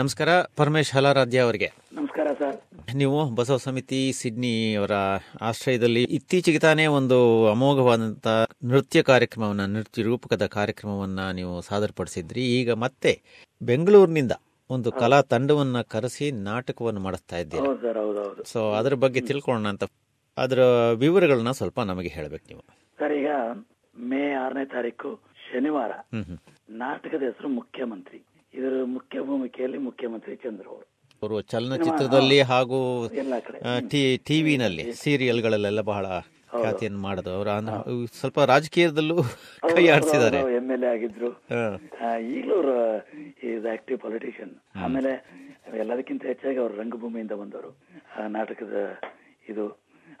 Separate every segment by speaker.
Speaker 1: ನಮಸ್ಕಾರ ಪರಮೇಶ್ ಹಲಾರಾಧ್ಯ ಅವರಿಗೆ
Speaker 2: ನಮಸ್ಕಾರ ಸರ್
Speaker 1: ನೀವು ಬಸವ ಸಮಿತಿ ಸಿಡ್ನಿ ಅವರ ಆಶ್ರಯದಲ್ಲಿ ಇತ್ತೀಚೆಗೆ ತಾನೇ ಒಂದು ಅಮೋಘವಾದಂತ ನೃತ್ಯ ಕಾರ್ಯಕ್ರಮವನ್ನ ನೃತ್ಯ ರೂಪಕದ ಕಾರ್ಯಕ್ರಮವನ್ನ ನೀವು ಸಾದರಪಡಿಸಿದ್ರಿ ಈಗ ಮತ್ತೆ ಬೆಂಗಳೂರಿನಿಂದ ಒಂದು ಕಲಾ ತಂಡವನ್ನ ಕರೆಸಿ ನಾಟಕವನ್ನು ಮಾಡಿಸ್ತಾ ಇದ್ದೀರಿ
Speaker 2: ಹೌದು ಸರ್ ಹೌದು ಹೌದು
Speaker 1: ಸೊ ಅದ್ರ ಬಗ್ಗೆ ತಿಳ್ಕೊಳ್ಳೋಣ ಅಂತ ಅದರ ವಿವರಗಳನ್ನ ಸ್ವಲ್ಪ ನಮಗೆ ಹೇಳ್ಬೇಕು ನೀವು
Speaker 2: ಸರ್ ಈಗ ಮೇ ಆರನೇ ತಾರೀಕು ಶನಿವಾರ
Speaker 1: ಹ್ಮ್ ಹ್ಮ್
Speaker 2: ನಾಟಕದ ಹೆಸರು ಮುಖ್ಯಮಂತ್ರಿ ಇದರ ಮುಖ್ಯ ಭೂಮಿಕೆಯಲ್ಲಿ ಮುಖ್ಯಮಂತ್ರಿ ಚಂದ್ರ ಅವರು
Speaker 1: ಅವರು ಚಲನಚಿತ್ರದಲ್ಲಿ ಹಾಗೂ
Speaker 2: ಎಲ್ಲ ಕಡೆ
Speaker 1: ಆ, ಟಿ ಟಿವಿನಲ್ಲಿ ಸೀರಿಯಲ್ಗಳಲ್ಲೆಲ್ಲ ಬಹಳ ಖ್ಯಾತಿಯನ್ನು ಮಾಡೋದು ಅವರ ಸ್ವಲ್ಪ ರಾಜಕೀಯದಲ್ಲೂ ಕೈ ಆಡಿಸಿದ್ದಾರೆ
Speaker 2: ಎಂ ಎಲ್ ಎ ಆಗಿದ್ರು
Speaker 1: ಹಾ.
Speaker 2: ಆ, ಈಗಲೂ ಅವರು ಈಸ್ ಆಕ್ಟಿವ್ ಪೊಲಿಟಿಷಿಯನ್ ಆಮೇಲೆ ಎಲ್ಲದಕ್ಕಿಂತ ಹೆಚ್ಚಾಗಿ ಅವರು ರಂಗಭೂಮಿಯಿಂದ ಬಂದವರು ಆ ನಾಟಕದ ಇದು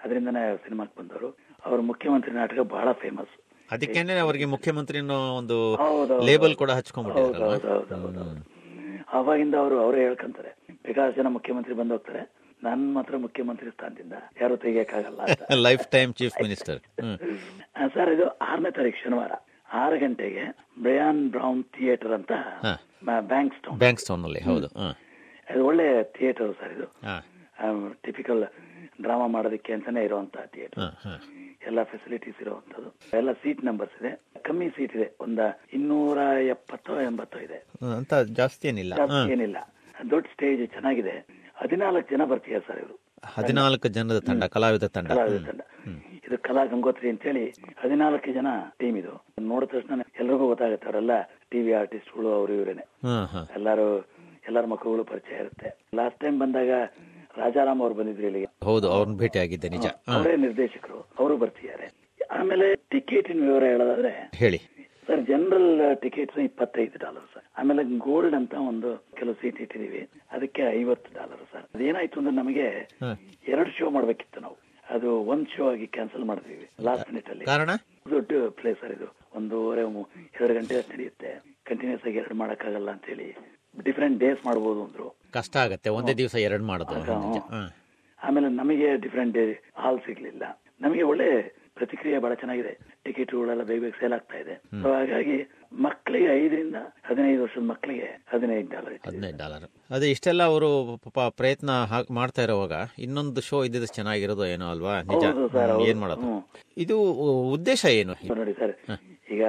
Speaker 2: ಅದರಿಂದನೇ ಸಿನಿಮಾಕ್ಕೆ ಬಂದವರು ಅವ್ರ ಮುಖ್ಯಮಂತ್ರಿ ನಾಟಕ ಬಹಳ ಫೇಮಸ್
Speaker 1: ಅದಕ್ಕೇನೆ ಅವರಿಗೆ ಮುಖ್ಯಮಂತ್ರಿ ಅನ್ನೋ ಒಂದು
Speaker 2: ಹೌದು, ಹೌದು.
Speaker 1: ಲೇಬಲ್ ಕೂಡ ಹಚ್ಕೊಂಡ್ಬಿಟ್ಟಿದ್ದಾರಲ್ಲ
Speaker 2: ಹೌದು, ಹೌದು, ಹೌದು, ಹೌದು. ಅವಾಗಿಂದ ಅವರು ಅವರೇ ಹೇಳ್ಕೊಂತಾರೆ ಬೇಕಾದಷ್ಟು ಜನ ಮುಖ್ಯಮಂತ್ರಿ ಬಂದು ಹೋಗ್ತಾರೆ ನನ್ ಮಾತ್ರ ಮುಖ್ಯಮಂತ್ರಿ ಸ್ಥಾನದಿಂದ ಯಾರು ತೆಗಿಯಕ್ಕಾಗಲ್ಲ ಅಂತ
Speaker 1: ಲೈಫ್ ಟೈಮ್ ಚೀಫ್ ಮಿನಿಸ್ಟರ್ ಹ್ಮ್
Speaker 2: ಆ, ಸರ್ ಇದು ಆರನೇ ತಾರೀಕು ಶನಿವಾರ ಆರು ಗಂಟೆಗೆ ಬ್ರಯಾನ್ ಬ್ರೌನ್ ಥಿಯೇಟರ್ ಅಂತ
Speaker 1: ಹಾ.
Speaker 2: ಬ್ಯಾಂಕ್ ಸ್ಟೋನ್
Speaker 1: ಬ್ಯಾಂಕ್ ಸ್ಟೋನ್ ನಲ್ಲಿ ಹೌದು ಹ್ಮ್.
Speaker 2: ಇದು ಒಳ್ಳೆ ಥಿಯೇಟರ್ ಸರ್ ಇದು
Speaker 1: ಹಾ,
Speaker 2: ಟಿಪಿಕಲ್ ಡ್ರಾಮಾ ಮಾಡೋದಕ್ಕೆ ಅಂತಾನೆ ಇರುವಂತ ಥಿಯೇಟರ್
Speaker 1: ಹಾ, ಹಾ.
Speaker 2: ಎಲ್ಲ ಫೆಸಿಲಿಟೀಸ್ ಇರುವಂತದ್ದು ಎಲ್ಲ ಸೀಟ್ ನಂಬರ್ಸ್ ಇದೆ ಕಮ್ಮಿ ಸೀಟ್ ಇದೆ ಒಂದ ಇನ್ನೂರ ಎಪ್ಪತ್ತೋ ಎಂಬತ್ತೋ ಇದೆ
Speaker 1: ಅಂತ ಜಾಸ್ತಿ ಏನಿಲ್ಲ
Speaker 2: ಜಾಸ್ತಿ
Speaker 1: ಹಾ.
Speaker 2: ಏನಿಲ್ಲ ದೊಡ್ಡ ಸ್ಟೇಜ್ ಚೆನ್ನಾಗಿದೆ ಹದಿನಾಲ್ಕು ಜನ ಬರ್ತೀಯ ಸರ್ ಇವರು
Speaker 1: ಹದಿನಾಲ್ಕು ಜನದ ತಂಡ ಕಲಾವಿದ ತಂಡ
Speaker 2: ಕಲಾವಿದ
Speaker 1: ಹ್ಮ್.
Speaker 2: ತಂಡ ಇದು ಕಲಾ ಗಂಗೋತ್ರಿ ಅಂತೇಳಿ ಹದಿನಾಲ್ಕು ಜನ ಟೀಮ್ ಇದು ನೋಡಿದ ತಕ್ಷಣ ಎಲ್ರಿಗೂ ಗೊತ್ತಾಗುತ್ತೆ ಅವರೆಲ್ಲ ಟಿವಿ ಆರ್ಟಿಸ್ಟ್ಗಳು ಅವರು ಇವರೇನೆ
Speaker 1: ಹಾ, ಹಾ.
Speaker 2: ಎಲ್ಲಾರು ಎಲ್ಲರ ಮಕ್ಕಳು ಪರಿಚಯ ಇರುತ್ತೆ ಲಾಸ್ಟ್ ಟೈಮ್ ಬಂದಾಗ ರಾಜಾರಾಮ್ ಅವ್ರು ಬಂದಿದ್ರು ಇಲ್ಲಿಗೆ
Speaker 1: ಹೌದು ಅವ್ರನ್ನ ಭೇಟಿ ಆಗಿದ್ದೆ ನಿಜ ಹಾ.
Speaker 2: ಅವರೇ ನಿರ್ದೇಶಕರು ಅವರು ಬರ್ತಿದ್ದಾರೆ ಆಮೇಲೆ ಟಿಕೆಟಿನ ವಿವರ ಹೇಳೋದಾದ್ರೆ
Speaker 1: ಹೇಳಿ
Speaker 2: ಸರ್ ಜನರಲ್ ಟಿಕೆಟ್ uh, ಇಪ್ಪತ್ತೈದು ಡಾಲರ್ ಸರ್ ಆಮೇಲೆ ಗೋಲ್ಡ್ ಅಂತ ಒಂದು ಕೆಲವು ಸೀಟ್ ಇಟ್ಟಿದೀವಿ ಅದಕ್ಕೆ ಐವತ್ತು ಡಾಲರ್ ಸರ್ ಅದೇನಾಯ್ತು ಅಂದ್ರೆ ನಮಗೆ
Speaker 1: ಹಾ.
Speaker 2: ಎರಡು ಶೋ ಮಾಡ್ಬೇಕಿತ್ತು ನಾವು ಅದು ಒಂದ್ ಶೋ ಆಗಿ ಕ್ಯಾನ್ಸಲ್ ಮಾಡಿದ್ವಿ ಲಾಸ್ಟ್ ಮಿನಿಟ್ ಅಲ್ಲಿ
Speaker 1: ಕಾರಣ
Speaker 2: ದೊಡ್ಡ ಪ್ಲೇಸ್ ಸರ್ ಇದು ಒಂದೂವರೆ ಮೂ- ಎರಡು ಗಂಟೆ ನಡೆಯುತ್ತೆ ಕಂಟಿನ್ಯೂಸ್ ಆಗಿ ಎರಡು ಮಾಡಕ್ಕಾಗಲ್ಲ ಅಂತೇಳಿ ಡಿಫ್ರೆಂಟ್ ಡೇಸ್ ಮಾಡ್ಬೋದು ಅಂದ್ರು
Speaker 1: ಕಷ್ಟ ಆಗತ್ತೆ ಒಂದೇ ದಿವಸ ಎರಡು ಮಾಡೋದು ನಿಜ ಹಾ.
Speaker 2: ಆಮೇಲೆ ನಮಗೆ ಡಿಫ್ರೆಂಟ್ ಡೇ ಹಾಲ್ ಸಿಗ್ಲಿಲ್ಲ ನಮಗೆ ಒಳ್ಳೆ ಪ್ರತಿಕ್ರಿಯೆ ಬಹಳ ಚೆನ್ನಾಗಿದೆ ಟಿಕೆಟ್ಗಳೆಲ್ಲ ಬೇಗ ಬೇಗ ಸೇಲ್ ಆಗ್ತಾ ಇದೆ So ಹಾಗಾಗಿ ಮಕ್ಕಳಿಗೆ ಐದರಿಂದ ಹದಿನೈದು ವರ್ಷದ ಮಕ್ಕಳಿಗೆ ಹದಿನೈದು ಡಾಲರ್
Speaker 1: ಹದಿನೈದು ಡಾಲರ್ ಅದೇ ಇಷ್ಟೆಲ್ಲ ಅವರು ಪಾಪ ಪ್ರಯತ್ನ ಹಾಕ್- ಮಾಡ್ತಾ ಇರುವಾಗ ಇನ್ನೊಂದು ಶೋ ಇದ್ದಿದ್ದು ಚೆನ್ನಾಗಿರೋದು ಏನೋ ಅಲ್ವಾ ನಿಜ
Speaker 2: ಹೌದು sir,
Speaker 1: ಹ್ಮ್,
Speaker 2: ಹೌದು.
Speaker 1: ಏನ್ ಮಾಡೋದು
Speaker 2: ಹ್ಮ್.
Speaker 1: ಇದು ಉದ್ದೇಶ ಏನು
Speaker 2: ನೋಡಿ ಸರ್ ಈಗ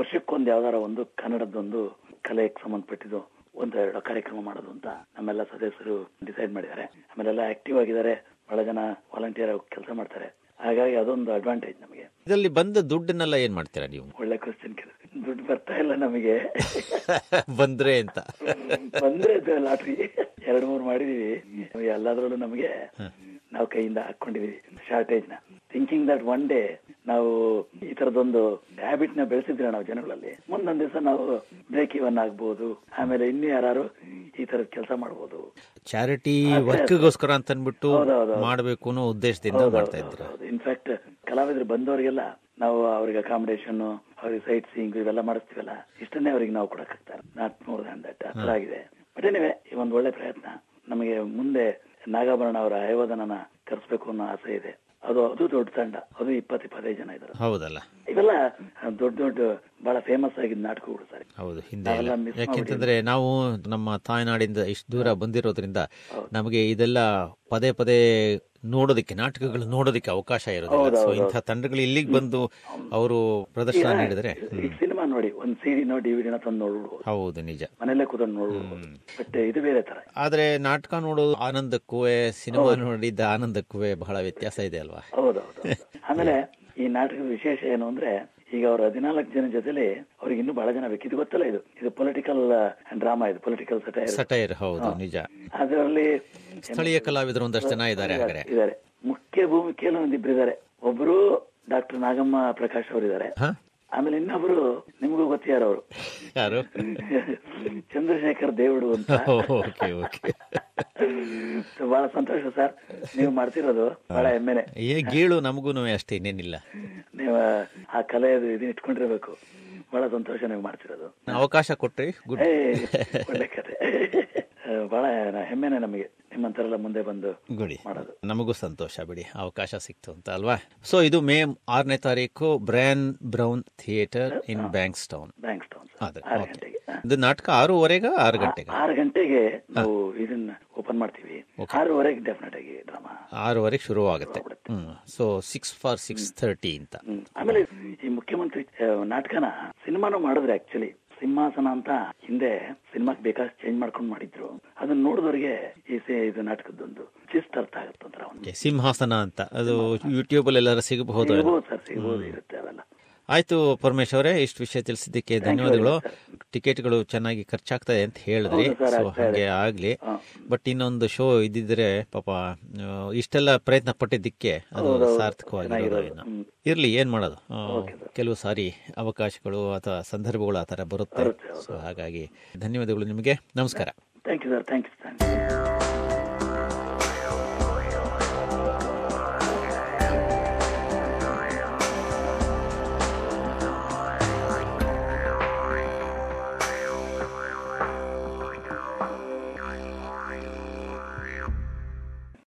Speaker 2: ವರ್ಷಕ್ಕೊಂದು ಯಾವ್ದಾರ ಒಂದು ಕನ್ನಡದೊಂದು ಕಲೆಗೆ ಸಂಬಂಧಪಟ್ಟಿದ್ದು ಒಂದೆರಡು ಕಾರ್ಯಕ್ರಮ ಮಾಡೋದು ಅಂತ ನಮ್ಮೆಲ್ಲ ಸದಸ್ಯರು ಡಿಸೈಡ್ ಮಾಡಿದ್ದಾರೆ ಆಮೇಲೆ ಎಲ್ಲ ಆಕ್ಟಿವ್ ಆಗಿದ್ದಾರೆ ಬಹಳ ಜನ ವಾಲಂಟಿಯರ್ ಆಗಿ ಕೆಲಸ ಮಾಡ್ತಾರೆ ಹಾಗಾಗಿ ಅದೊಂದು ಅಡ್ವಾಂಟೇಜ್ ನಮಗೆ
Speaker 1: ಇದರಲ್ಲಿ ಬಂದ ದುಡ್ಡನ್ನೆಲ್ಲ ಏನ್ ಮಾಡ್ತೀರಾ ನೀವು
Speaker 2: ಒಳ್ಳೆ ಕ್ವಶನ್ ದುಡ್ಡು ಬರ್ತಾ ಇಲ್ಲ ನಮಗೆ
Speaker 1: ಬಂದ್ರೆ ಅಂತ
Speaker 2: ಬಂದ್ರೆ ಲಾಟ್ರಿ ಎರಡು ಮೂರು ಮಾಡಿದೀವಿ ನಮ್ಗೆ ಎಲ್ಲಾದ್ರಲ್ಲೂ ನಮಗೆ ನಾವು ಕೈಯಿಂದ ಹಾಕೊಂಡಿದೀವಿ ಶಾರ್ಟೇಜ್ ನ ಥಿಂಕಿಂಗ್ ದಟ್ ಒನ್ ಡೇ ನಾವು ಈ ತರದೊಂದು ಹ್ಯಾಬಿಟ್ ನ ಬೆಳೆಸಿದ್ರೆ ನಾವು ಜನಗಳಲ್ಲಿ ಮುಂದೊಂದ್ ದಿವಸ ನಾವು ಬ್ರೇಕ್ ಇವನ್ ಆಗ್ಬಹುದು ಆಮೇಲೆ ಇನ್ನು ಯಾರು ಈ ತರದ ಕೆಲಸ ಮಾಡಬಹುದು
Speaker 1: ಚಾರಿಟಿ ವರ್ಕ್ಗೋಸ್ಕರ ಅಂತ ಅನ್ಬಿಟ್ಟು ಮಾಡಬೇಕು ಅನ್ನೋ ಉದ್ದೇಶದಿಂದ ಮಾಡ್ತಾ ಇದ್ರ
Speaker 2: ಇನ್ಫ್ಯಾಕ್ಟ್ ಕಲಾವಿದ್ರು ಬಂದವರಿಗೆಲ್ಲ ನಾವು ಅವ್ರಿಗೆ ಅಕಾಮಿಡೇಷನ್ ಅವ್ರಿಗೆ ಸೈಟ್ ಸೀಯಿಂಗ್ ಇವೆಲ್ಲ ಮಾಡಿಸ್ತೀವಲ್ಲ ಇಷ್ಟನ್ನೇ ಅವ್ರಿಗೆ ನಾವು ಕೊಡಕ್ಕಾಗ್ತಾರೆ ನಾಟ್ ಮೋರ್ ದಟ್ ದಟ್ ಆಗಿದೆ ಬಟ್ ಏನಿವೆ ಈ ಒಂದು ಒಳ್ಳೆ ಪ್ರಯತ್ನ ನಮಗೆ ಮುಂದೆ ನಾಗಾಭರಣ ಅವರ ಆಯೋಧನನ ಕರೆಸ್ಬೇಕು ಅನ್ನೋ ಆಸೆ ಇದೆ ಅದು ಅದು ದೊಡ್ಡ ತಂಡ ಅದು ಇಪ್ಪತ್ತು ಇಪ್ಪತ್ತೈದು ಜನ ಇದ್ದಾರೆ
Speaker 1: ಹೌದಲ್ಲ
Speaker 2: ಇವೆಲ್ಲ ದೊಡ್ಡ ದೊಡ್ಡ ಬಹಳ ಫೇಮಸ್ ಆಗಿದ್ದ ನಾಟಕಗಳು ಸರ್
Speaker 1: ಹೌದು ಹಿಂದೆ
Speaker 2: ನಾವೆಲ್ಲ
Speaker 1: ಎಲ್ಲ
Speaker 2: miss
Speaker 1: ಯಾಕೆಂತಂದ್ರೆ ನಾವು ನಮ್ಮ ತಾಯ್ನಾಡಿಂದ ಇಷ್ಟು ದೂರ ಬಂದಿರೋದ್ರಿಂದ ನಮಗೆ ಇದೆಲ್ಲ ಪದೇ ಪದೇ ನೋಡೋದಕ್ಕೆ ನಾಟಕಗಳು ನೋಡೋದಕ್ಕೆ ಅವಕಾಶ ಇರೋದಿಲ್ಲ ಸೊ ಇಂಥ ತಂಡಗಳು ಇಲ್ಲಿಗೆ ಬಂದು ಅವರು ಪ್ರದರ್ಶನ ನೀಡಿದ್ರೆ
Speaker 2: ಈ ಸಿನಿಮಾ ನೋಡಿ ಒಂದು ಸೀರಿನೋ ಡಿವಿಡಿನೋ ತಂದು ನೋಡ್ಬಿಡ್ಬೋದು
Speaker 1: ಹೌದು ನಿಜ
Speaker 2: ಮನೇಲೆ ಕೂತ್ಕೊಂಡು ನೋಡ್ಬಿಡ್ಬೋದು ಬಟ್ ಇದು ಬೇರೆ ತರ
Speaker 1: ಆದ್ರೆ ನಾಟಕ ನೋಡೋದು ಆನಂದಕ್ಕೂ ಸಿನಿಮಾ ನೋಡಿದ್ದ ಆನಂದಕ್ಕೂ ಬಹಳ ವ್ಯತ್ಯಾಸ ಇದೆ ಅಲ್ವಾ
Speaker 2: ಹೌದೌದು ಆಮೇಲೆ ಈ ನಾಟಕದ ವಿಶೇಷ ಏನು ಅಂದ್ರೆ ಈಗ ಅವ್ರ ಹದಿನಾಲ್ಕು ಜನ ಜೊತೆಲಿ ಅವ್ರಿಗೆ ಇನ್ನೂ ಬಹಳ ಜನ ಬೇಕು ಇದು ಗೊತ್ತಲ್ಲ ಇದು ಇದು ಪೊಲಿಟಿಕಲ್ ಡ್ರಾಮಾ ಇದು ಪೊಲಿಟಿಕಲ್ ಸಟೈರ್
Speaker 1: ಸಟೈರ್ ಹೌದು ನಿಜ
Speaker 2: ಅದರಲ್ಲಿ
Speaker 1: ಸ್ಥಳೀಯ ಕಲಾವಿದರು ಒಂದಷ್ಟು ಜನ ಇದ್ದಾರೆ ಹಾಗಾದ್ರೆ
Speaker 2: ಇದ್ದಾರೆ ಮುಖ್ಯ ಭೂಮಿಕೆಯಲ್ಲಿ ಒಂದಿಬ್ರು ಇದ್ದಾರೆ ಒಬ್ರು ಡಾಕ್ಟರ್ ನಾಗಮ್ಮ ಪ್ರಕಾಶ್ ಅವರಿದ್ದಾರೆ
Speaker 1: ಹಾ
Speaker 2: ಆಮೇಲೆ ಇನ್ನೊಬ್ರು ನಿಮಗೂ ಗೊತ್ತಿಯಾರ ಅವರು
Speaker 1: ಯಾರು
Speaker 2: ಚಂದ್ರಶೇಖರ್ ದೇವಡು ಅಂತ
Speaker 1: ಓಕೆ ಓಕೆ
Speaker 2: So, ಬಹಳ ಸಂತೋಷ ಸರ್ ನೀವು ಮಾಡ್ತಿರೋದು ಬಹಳ ಹೆಮ್ಮೆನೆ
Speaker 1: ಏ ಗೀಳು ನಮಗೂ ಅಷ್ಟೇ ಇನ್ನೇನಿಲ್ಲ
Speaker 2: ನೀವು ಆ ಕಲೆ ಇದನ್ನ ಇಟ್ಕೊಂಡಿರ್ಬೇಕು ಬಹಳ ಸಂತೋಷ ನೀವು ಮಾಡ್ತಿರೋದು
Speaker 1: ಅವಕಾಶ ಕೊಟ್ರಿ ಗುಡ್
Speaker 2: ಏ, ಒಳ್ಳೆ ಕತೆ ಆ, ಬಹಳ ಹೆಮ್ಮೆನೆ ನಮಗೆ ನಿಮ್ಮಂತರೆಲ್ಲ ಮುಂದೆ ಬಂದು
Speaker 1: ಗುಡಿ
Speaker 2: ಮಾಡೋದು
Speaker 1: ನಮಗೂ ಸಂತೋಷ ಬಿಡಿ ಅವಕಾಶ ಸಿಕ್ತು ಅಂತ ಅಲ್ವಾ ಸೊ ಇದು ಮೇ ಆರನೇ ತಾರೀಕು bran brown theatre in banks town
Speaker 2: bank stone
Speaker 1: ಅದೇ,
Speaker 2: ಆರು
Speaker 1: ಓಕೆ.
Speaker 2: ಗಂಟೆಗೆ
Speaker 1: ಇದು ನಾಟಕ ಆರೂವರೆಗ ಆರು ಗಂಟೆಗೆ
Speaker 2: ಆರು ಗಂಟೆಗೆ ನಾವು ಇದನ್ನ ಓಪನ್ ಮಾಡ್ತೀವಿ ಆರೂವರೆಗೆ ಡೆಫಿನೆಟ್ ಆಗಿ ಡ್ರಾಮಾ
Speaker 1: ಆರೂವರೆಗೆ ಶುರುವಾಗುತ್ತೆ ಹ್ಮ್ so six for six thirty ಅಂತ
Speaker 2: ಹ್ಮ್. ಆಮೇಲೆ ಈ ಮುಖ್ಯಮಂತ್ರಿ ಆ, ನಾಟಕನ ಸಿನಿಮಾನು ಮಾಡಿದ್ರೆ ಆಕ್ಚುಲಿ ಸಿಂಹಾಸನ ಅಂತ ಹಿಂದೆ ಸಿನಿಮಾಕ್ ಬೇಕಾದ ಚೇಂಜ್ ಮಾಡ್ಕೊಂಡು ಮಾಡಿದ್ರು ಅದನ್ನ ನೋಡಿದವರಿಗೆ ಈ ಸಿ- ಇದು ನಾಟಕದ್ದೊಂದು ಶಿಸ್ತು ಅರ್ಥ ಆಗುತ್ತೆ ಅಂತ
Speaker 1: Okay, ಸಿಂಹಾಸನ ಅಂತ ಅದು ಯೂಟ್ಯೂಬ್ ಅಲ್ಲಿ ಎಲ್ಲಾರು ಸಿಗಬಹುದು
Speaker 2: ಸಿಗ್ಬೋದು ಸರ್ ಸಿಗ್ಬೋದು ಇರುತ್ತೆ ಅವೆಲ್ಲ
Speaker 1: ಆಯ್ತು ಪರಮೇಶ್ ಅವರೇ ಇಷ್ಟು ವಿಷಯ ತಿಳಿಸಿದ್ದಕ್ಕೆ ಧನ್ಯವಾದಗಳು ಟಿಕೆಟ್ಗಳು ಚೆನ್ನಾಗಿ ಖರ್ಚಾಗ್ತಾ ಇದೆ ಅಂತ ಹೇಳಿದ್ರಿ
Speaker 2: ಹೌದು sir,
Speaker 1: ಸೊ
Speaker 2: ಆಗ್ತಾ ಇದೆ.
Speaker 1: ಹಾಗೆ ಆಗ್ಲಿ
Speaker 2: ಹಾ.
Speaker 1: ಬಟ್ ಇನ್ನೊಂದು ಶೋ ಇದ್ದಿದ್ರೆ ಪಾಪ ಆ, ಇಷ್ಟೆಲ್ಲ ಪ್ರಯತ್ನ ಪಟ್ಟಿದ್ದಕ್ಕೆ ಅದು
Speaker 2: ಹೌದು, ಹೌದು.
Speaker 1: ಸಾರ್ಥಕವಾಗಿರೋದು
Speaker 2: ಚೆನ್ನಾಗಿರೋದು.
Speaker 1: ಏನು
Speaker 2: ಹ್ಮ್.
Speaker 1: ಇರ್ಲಿ ಏನ್ ಮಾಡೋದು ಆ,
Speaker 2: Okay, sir.
Speaker 1: ಕೆಲವು ಸಾರಿ ಅವಕಾಶಗಳು ಅಥವಾ ಸಂದರ್ಭಗಳು ಆ ಥರ ಬರುತ್ತೆ
Speaker 2: ಬರುತ್ತೆ, ಹೌದು.
Speaker 1: ಸೊ ಹಾಗಾಗಿ ಧನ್ಯವಾದಗಳು ನಿಮಗೆ ನಮಸ್ಕಾರ
Speaker 2: thank you sir thank you thank you